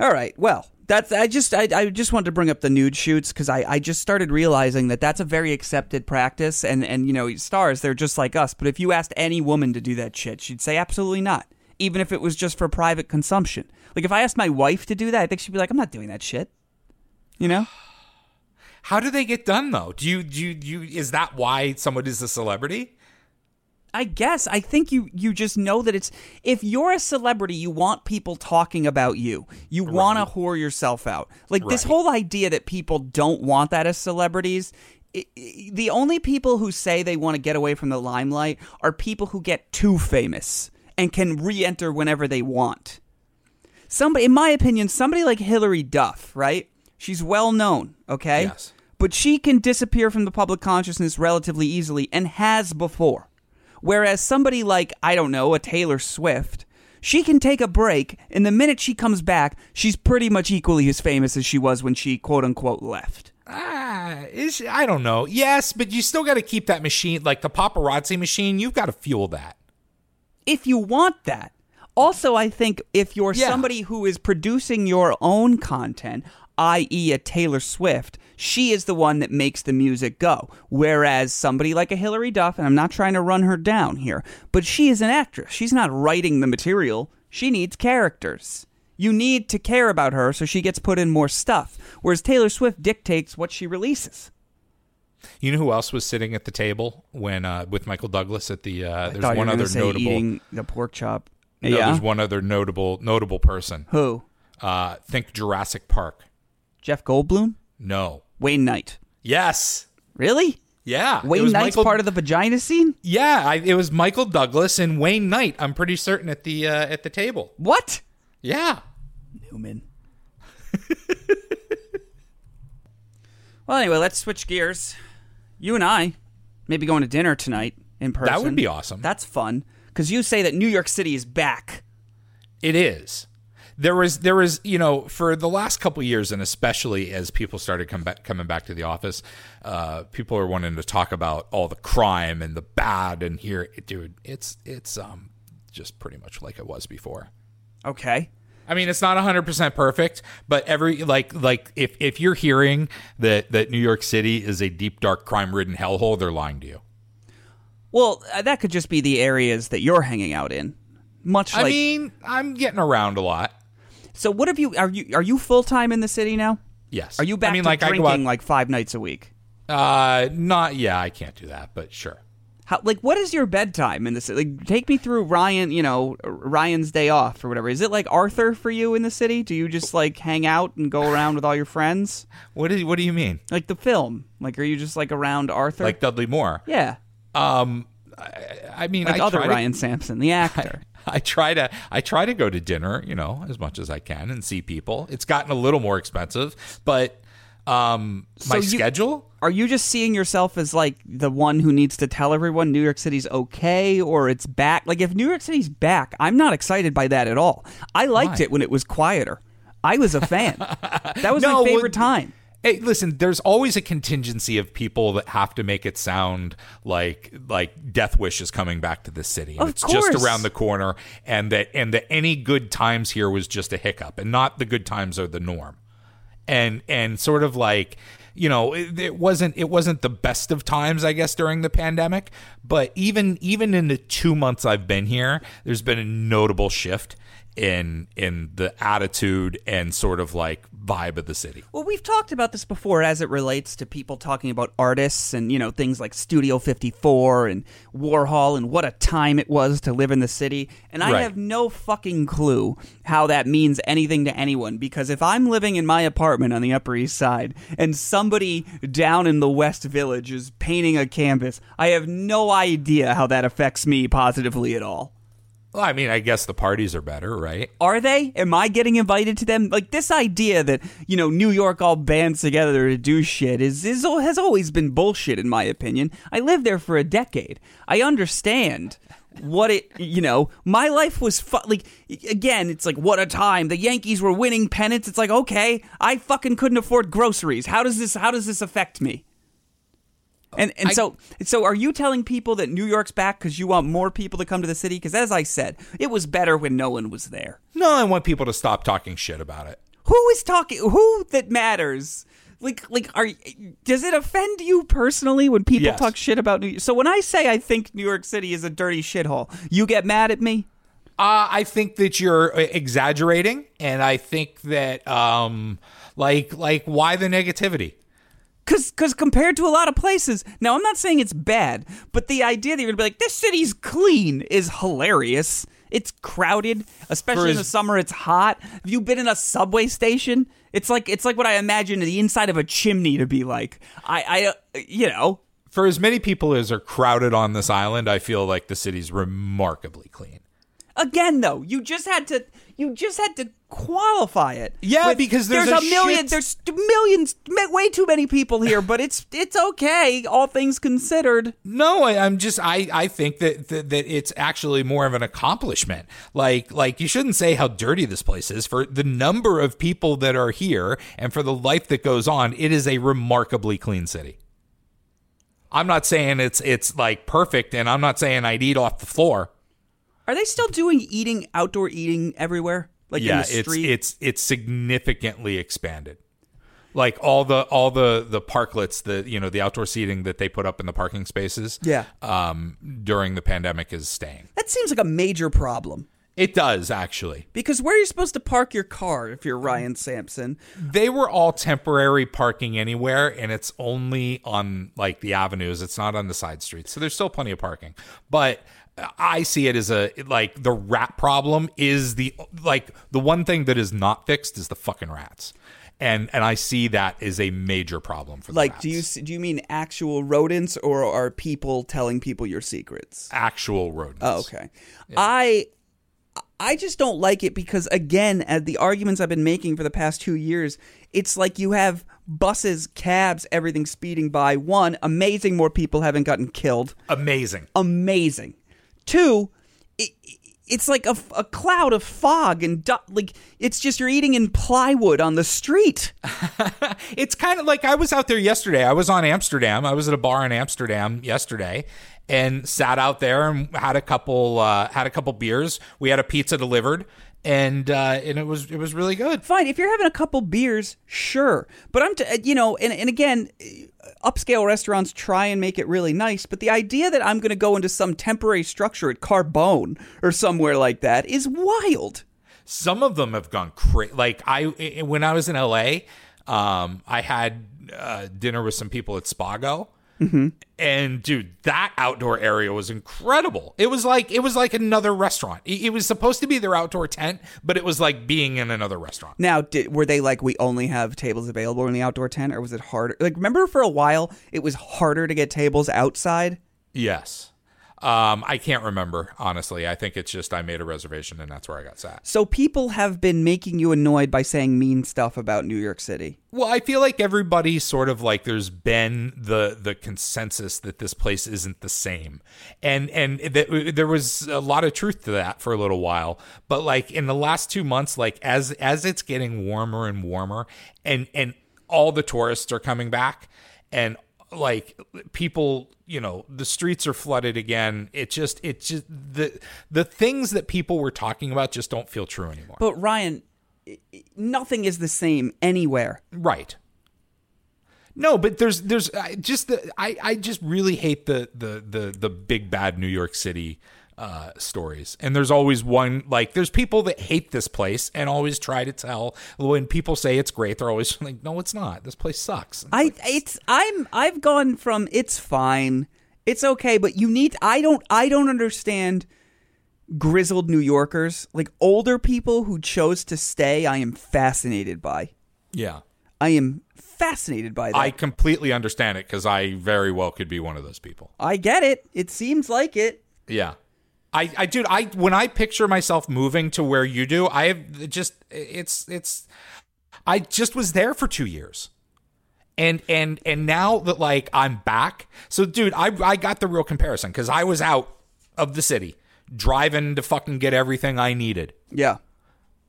All right. Well, that's I just I, I just wanted to bring up the nude shoots because I, I just started realizing that that's a very accepted practice and and you know stars they're just like us but if you asked any woman to do that shit she'd say absolutely not even if it was just for private consumption like if I asked my wife to do that I think she'd be like I'm not doing that shit you know How do they get done though? Do you do you, do you is that why someone is a celebrity? I guess I think you you just know that it's if you're a celebrity, you want people talking about you. You want to whore yourself out. Like this Right. whole idea that people don't want that as celebrities. i i the only people who say they want to get away from the limelight are people who get too famous and can re-enter whenever they want. Somebody, in my opinion, somebody like Hillary Duff, right? She's well known, okay? Yes. But she can disappear from the public consciousness relatively easily and has before. Whereas somebody like, I don't know, a Taylor Swift, she can take a break, and the minute she comes back, she's pretty much equally as famous as she was when she quote unquote left. Ah, is she- I don't know. Yes, but you still got to keep that machine, like the paparazzi machine. You've got to fuel that. If you want that. Also, I think if you're Yeah. somebody who is producing your own content, i.e., a Taylor Swift, she is the one that makes the music go. Whereas somebody like a Hillary Duff, and I'm not trying to run her down here, but she is an actress. She's not writing the material, she needs characters. You need to care about her so she gets put in more stuff. Whereas Taylor Swift dictates what she releases. You know who else was sitting at the table when uh, with Michael Douglas at the? Uh, there's Thought you one were gonna other say notable. Eating the pork chop. no, yeah. There's one other notable notable person. Who? Uh, think Jurassic Park. Jeff Goldblum? No. Wayne Knight. Yes. Really? Yeah. Wayne Knight's part of the vagina scene? Yeah, I, it was Michael Douglas and Wayne Knight. I'm pretty certain at the uh, at the table. What? Yeah. Newman. (laughs) well, anyway, let's switch gears. You and I maybe going to dinner tonight in person. would be awesome. That's fun because you say that New York City is back. It is. There was there was you know for the last couple of years and especially as people started come back, coming back to the office, uh, people are wanting to talk about all the crime and the bad and here, dude, it's it's um just pretty much like it was before. Okay. I mean, it's not 100% perfect, but every like like if if you're hearing that that New York City is a deep dark crime-ridden hellhole, they're lying to you. Well, uh, that could just be the areas that you're hanging out in. Much I like mean, I'm getting around a lot. so. What have you? Are you are you full time in the city now? Yes. Are you back I mean, to like drinking I go like five nights a week? out, uh not yeah, I can't do that, but sure. How, like what is your bedtime in the city? Like, take me through Ryan, you know, Ryan's day off or whatever. Is it like Arthur for you in the city? Do you just like hang out and go around with all your friends? What do you, what do you mean? Like the film. Like are you just like around Arthur? Like Dudley Moore? Um, yeah. I mean, Like I other try Ryan Sampson, the To, actor. (laughs) I try to I try to go to dinner, you know, as much as I can and see people. It's gotten a little more expensive, but um So my you- schedule Are you just seeing yourself as like the one who needs to tell everyone New York City's okay or it's back? Like if New York City's back, I'm not excited by that at all. I liked Why? it when it was quieter. I was a (laughs) fan. that was No, my favorite well, time. Hey, listen, there's always a contingency of people that have to make it sound like like Death Wish is coming back to the city. and Of it's course. just around the corner and that and that any good times here was just a hiccup and not the good times are the norm. And and sort of like you know, it, it wasn't it wasn't the best of times, I guess, during the pandemic. But even even in the two months I've been here, there's been a notable shift in in the attitude and sort of like vibe of the city. Well, we've talked about this before as it relates to people talking about artists and, you know, things like Studio 54 and Warhol and what a time it was to live in the city. And I Right. have no fucking clue how that means anything to anyone because if I'm living in my apartment on the Upper East Side and somebody down in the West Village is painting a canvas, I have no idea how that affects me positively at all. Well, I mean, I guess the parties are better, right? Are they? Am I getting invited to them? Like this idea that you know New York all bands together to do shit is is al- has always been bullshit in my opinion. I lived there for a decade. I understand what it you know. My life was fu- like again. It's like what a time. The Yankees were winning pennants. It's like okay, I fucking couldn't afford groceries. How does this? How does this affect me? And and so so are you telling people that New York's back because you want more people to come to the city? Because as I said, it was better when no one was there. No, I want people to stop talking shit about it. Who is talking? Who that matters? Like like are does it offend you personally when people Yes. talk shit about New York? So when I say I think New York City is a dirty shithole, you get mad at me? Uh, I think that you're uh, exaggerating, and I think that, um, like, like why the negativity? Cause, cause compared to a lot of places, now I'm not saying it's bad, but the idea that you're gonna be like, this city's clean is hilarious. It's crowded, especially For in the as- summer. It's hot. Have you been in a subway station? It's like it's like what I imagine the inside of a chimney to be like. I, I, uh, you know, For as many people as are crowded on this island, I feel like the city's remarkably clean. again though you just had to you just had to qualify it Yeah, because there's there's a million shit- there's millions ma- way too many people here but it's it's okay all things considered No, I, I'm just I I think that, that that it's actually more of an accomplishment. Like like you shouldn't say how dirty this place is for the number of people that are here and for the life that goes on. It is a remarkably clean city. I'm not saying it's it's like perfect, and I'm not saying I'd eat off the floor. are they still doing eating outdoor eating everywhere like in yeah, the it's street it's it's significantly expanded. Like all the all the the parklets, the you know the outdoor seating that they put up in the parking spaces. Yeah. Um, during the pandemic is staying. that seems like a major problem It does actually. because where are you supposed to park your car if you're Ryan Sampson? They were all temporary parking anywhere, and it's only on like the avenues. It's not on the side streets, so there's still plenty of parking. But I see it as a like the rat problem is the like the one thing that is not fixed is the fucking rats, and and I see that as a major problem for the Like, rats. do you s- do you mean actual rodents or are people telling people your secrets? actual rodents? Oh, okay. I I just don't like it because again, at the arguments I've been making for the past two years, it's like you have buses, cabs, everything speeding by. One, amazing more people haven't gotten killed. amazing. Amazing. Two, it, it's like a, f- a cloud of fog and du- like it's just you're eating in plywood on the street. it's kind of like I was out there yesterday. I was on Amsterdam. I was at a bar in Amsterdam yesterday and sat out there and had a couple uh, had a couple beers. We had a pizza delivered and uh, and it was it was really good. fine if you're having a couple beers sure but i'm t- uh, you know and, and again uh, upscale restaurants try and make it really nice but the idea that i'm going to go into some temporary structure at carbone or somewhere like that is wild some of them have gone crazy. Like I, i- when I was in LA, um, I had uh, dinner with some people at Spago. And dude, that outdoor area was incredible. It was like it was like another restaurant. It, it was supposed to be their outdoor tent, but it was like being in another restaurant. now did, were they like we only have tables available in the outdoor tent or was it harder like remember for a while it was harder to get tables outside Yes. Um, I can't remember honestly. I think it's just I made a reservation and that's where I got sat. so people have been making you annoyed by saying mean stuff about new york city Well, I feel like everybody sort of like there's been the the consensus that this place isn't the same, and and th- there was a lot of truth to that for a little while. But like in the last two months, like as as it's getting warmer and warmer, and and all the tourists are coming back, and like people you know the streets are flooded again it just it just the the things that people were talking about just don't feel true anymore but ryan i- i- nothing is the same anywhere Right. No, but there's there's I just the I I just really hate the the the the big bad New York City uh stories. And there's always one like there's people that hate this place and always try to tell when people say it's great, they're always (laughs) like no, it's not. This place sucks. I it's I'm I've gone from it's fine, it's okay, but you need I don't I don't understand grizzled New Yorkers, like older people who chose to stay, I am fascinated by. yeah. I am fascinated by that. I completely understand it cuz I very well could be one of those people. I get it. It seems like it. Yeah. I, I dude I when I picture myself moving to where you do I have just it's it's I just was there for 2 years. And and and now that like I'm back. So dude, I I got the real comparison cuz I was out of the city driving to fucking get everything I needed Yeah.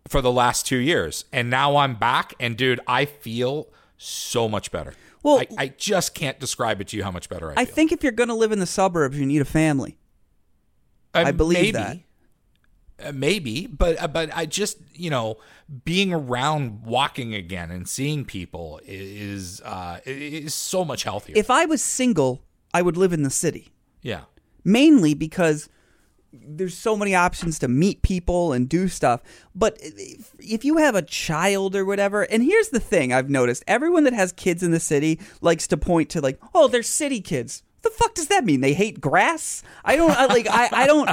for the last 2 years. And now I'm back and dude, I feel so much better. Well- I, I just can't describe it to you how much better I, I feel. think if you're going to live in the suburbs, you need a family. Uh, I believe that. Uh, maybe, but uh, but I just you know being around, walking again, and seeing people i- is uh, i- is so much healthier. If I was single, I would live in the city. yeah, mainly because there's so many options to meet people and do stuff. But if- if you have a child or whatever, and here's the thing I've noticed everyone that has kids in the city likes to point to, like, oh, they're city kids. The fuck does that mean? They hate grass? I don't I, like. I, I don't.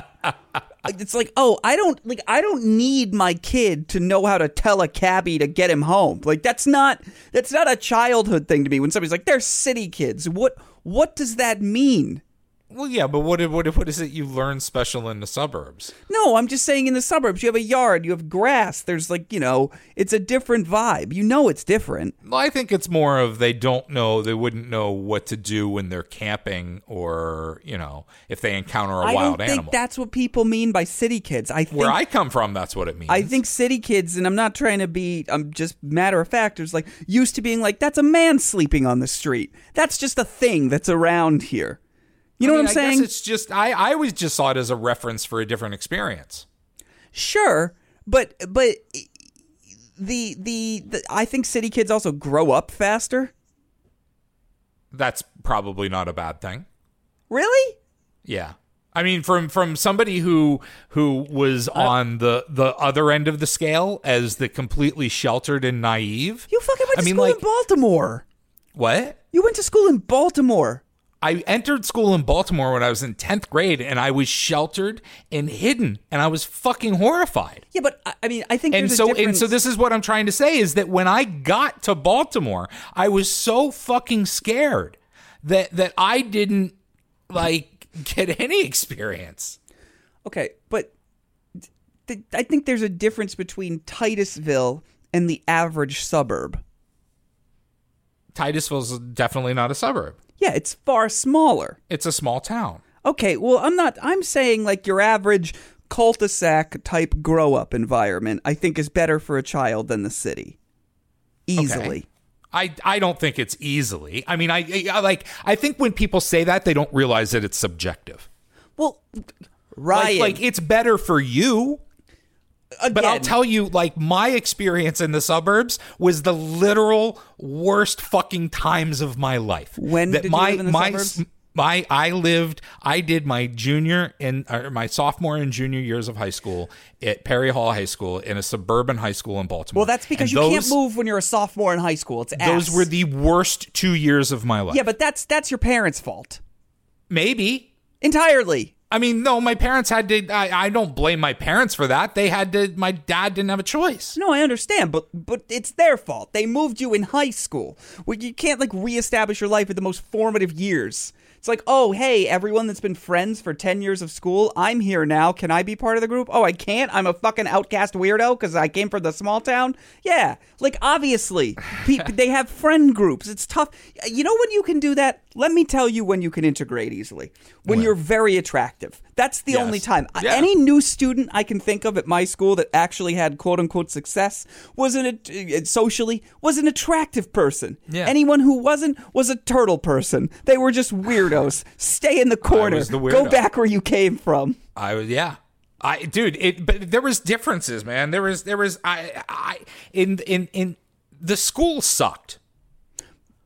like, It's like, oh, I don't like. I don't need my kid to know how to tell a cabbie to get him home. Like that's not that's not a childhood thing to me. When somebody's like, they're city kids. What what does that mean? Well, yeah, but what what what is it you learn special in the suburbs? No, I'm just saying in the suburbs, you have a yard, you have grass. There's like, you know, it's a different vibe. You know, it's different. Well, I think it's more of they don't know, they wouldn't know what to do when they're camping, or you know, if they encounter a I wild don't animal. think that's what people mean by city kids. I think Where I come from, that's what it means. I think city kids, and I'm not trying to be, I'm just matter of fact, is like used to being like, that's a man sleeping on the street. That's just a thing that's around here. You know I mean, what I'm I guess saying? it's just I, I always just saw it as a reference for a different experience. sure but but the, the the i think city kids also grow up faster That's probably not a bad thing. really Yeah. I mean from from somebody who who was Uh, on the the other end of the scale as the completely sheltered and naive. you fucking went to I mean school like in baltimore what? You went to school in Baltimore. I entered school in Baltimore when I was in 10th grade and I was sheltered and hidden and I was fucking horrified. Yeah, but I- I mean, I think And there's so a difference. and so this is what I'm trying to say is that when I got to Baltimore, I was so fucking scared that that I didn't like (laughs) get any experience. okay, but th- I think there's a difference between Titusville and the average suburb. Titusville's definitely not a suburb. Yeah, it's far smaller. It's a small town. Okay, well, I'm not. I'm saying like your average cul-de-sac type grow-up environment. I think is better for a child than the city, easily. I, I don't think it's easily. I mean, I, I- I like I think when people say that they don't realize that it's subjective. Well, Like, Ryan, like it's better for you, again, but I'll tell you, like my experience in the suburbs was the literal worst fucking times of my life. When that did you my live in the my suburbs? s- my I lived I did my junior and or my sophomore and junior years of high school at Perry Hall High School in a suburban high school in Baltimore. Well, that's because And you can't those- move when you're a sophomore in high school. It's Those ass. were the worst two years of my life. yeah, but that's that's your parents' fault maybe. entirely. I mean, no, my parents had to. I, I don't blame my parents for that. They had to. My dad didn't have a choice. No, I understand, but but it's their fault. They moved you in high school. Well, you can't like reestablish your life at the most formative years. It's like, oh hey, everyone that's been friends for ten years of school, I'm here now. Can I be part of the group? Oh, I can't. I'm a fucking outcast weirdo because I came from the small town. Yeah, like obviously, pe- (laughs) they have friend groups. It's tough. You know when you can do that? Let me tell you when you can integrate easily. When, you're very attractive. That's the Yes. only time. I- Yeah. Any new student I can think of at my school that actually had quote unquote success was an at- uh, socially was an attractive person. Yeah. Anyone who wasn't was a turtle person. They were (sighs) just weirdos. Stay in the corner. was the Go weirdo. back where you came from. I was yeah. I dude, it but there was differences, man. There was there was I I in in in the school sucked.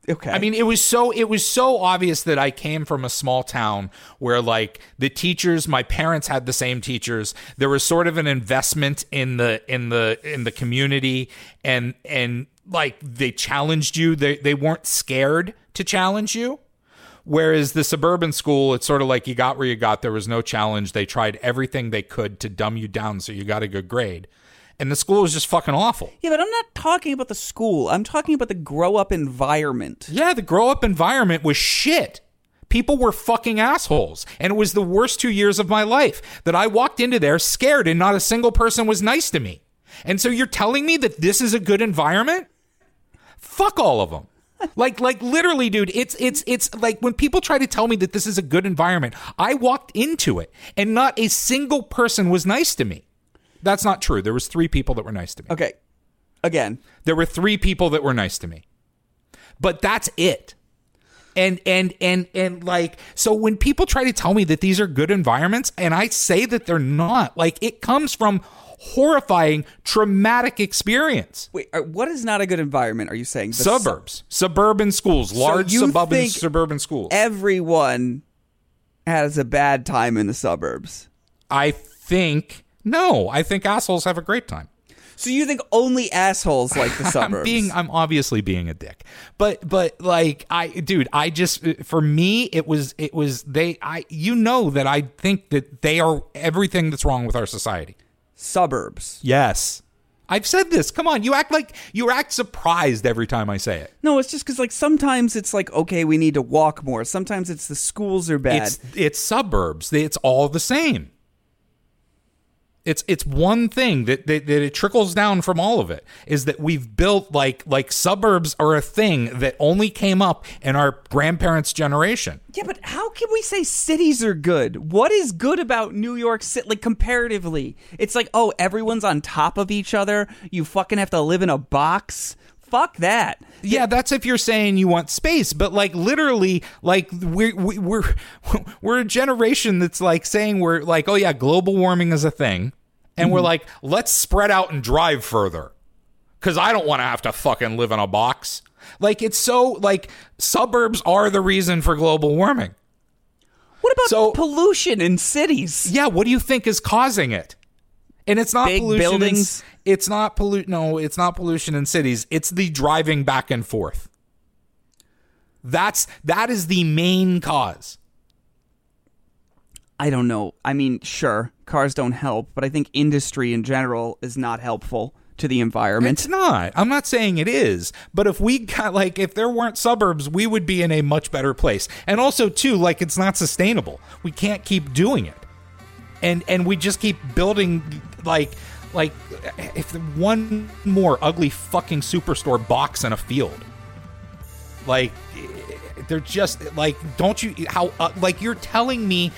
Okay. I mean, it was so it was so obvious that I came from a small town where like the teachers, my parents had the same teachers. There was sort of an investment in the in the in the community and and like they challenged you. They they weren't scared to challenge you. Whereas the suburban school, it's sort of like you got where you got. There was no challenge. They tried everything they could to dumb you down so you got a good grade. And the school was just fucking awful. yeah, but I'm not talking about the school. I'm talking about the grow up environment. Yeah, the grow up environment was shit. People were fucking assholes. And it was the worst two years of my life that I walked into there scared and not a single person was nice to me. And so you're telling me that this is a good environment? Fuck all of them. Like like literally dude, it's it's it's like when people try to tell me that this is a good environment, I walked into it and not a single person was nice to me. That's not true. There was 3 people that were nice to me. Okay. Again. There were three people that were nice to me. But that's it. And and and and like so when people try to tell me that these are good environments and I say that they're not, like it comes from horrifying traumatic experience. Wait, uh, what is not a good environment? Are you saying The sub- Suburbs, suburban schools, large you suburban think e- suburban schools. everyone has a bad time in the suburbs. I think no. I think assholes have a great time. So you think only assholes (laughs) like the suburbs? I'm being I'm obviously being a dick. But but like I dude, I just for me it was it was they I you know that I think that they are everything that's wrong with our society. suburbs. Yes. I've said this. Come on, you act like you act surprised every time I say it. No, it's just because like sometimes it's like okay, we need to walk more. Sometimes it's the schools are bad. It's it's suburbs. It's all the same. It's it's one thing that, that that it trickles down from all of it is that we've built like like suburbs are a thing that only came up in our grandparents' generation. yeah, but how can we say cities are good? What is good about New York City? Like comparatively, it's like oh, everyone's on top of each other. You fucking have to live in a box. Fuck that. Yeah, that's if you're saying you want space, but like literally, like we're we- we're (laughs) we're a generation that's like saying we're like, oh yeah, global warming is a thing, and we're like, let's spread out and drive further, because I don't want to have to fucking live in a box. Like it's so like suburbs are the reason for global warming. What about So- pollution in cities? Yeah, what do you think is causing it? And it's not Big pollution. in- buildings? it's not pollute. No, it's not pollution in cities. It's the driving back and forth. That's that is the main cause. I don't know. I mean, sure, cars don't help, but I think industry in general is not helpful to the environment. It's not. I'm not saying it is, but if we got like if there weren't suburbs, we would be in a much better place. And also too, like it's not sustainable. We can't keep doing it. And and we just keep building like like if the one more ugly fucking superstore box in a field. Like they're just like don't you how uh, like you're telling me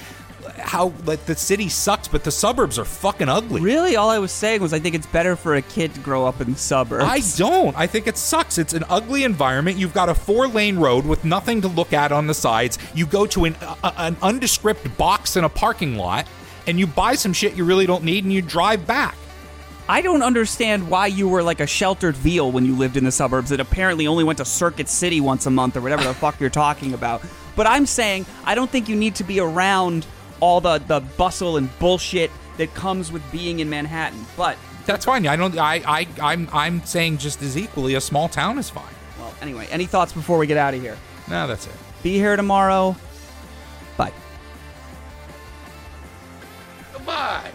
how like the city sucks but the suburbs are fucking ugly. Really, all I was saying was I think it's better for a kid to grow up in the suburbs. I don't. I think it sucks. It's an ugly environment. You've got a four lane road with nothing to look at on the sides. You go to an, a, an undescript box in a parking lot and you buy some shit you really don't need and you drive back. I don't understand why you were like a sheltered veal when you lived in the suburbs that apparently only went to Circuit City once a month or whatever the fuck you're talking about. But I'm saying I don't think you need to be around all the, the bustle and bullshit that comes with being in Manhattan. But, That's fine. I don't. I. I. I'm. I'm saying just as equally, a small town is fine. well, anyway, any thoughts before we get out of here? No, that's it. Be here tomorrow. Bye. Goodbye.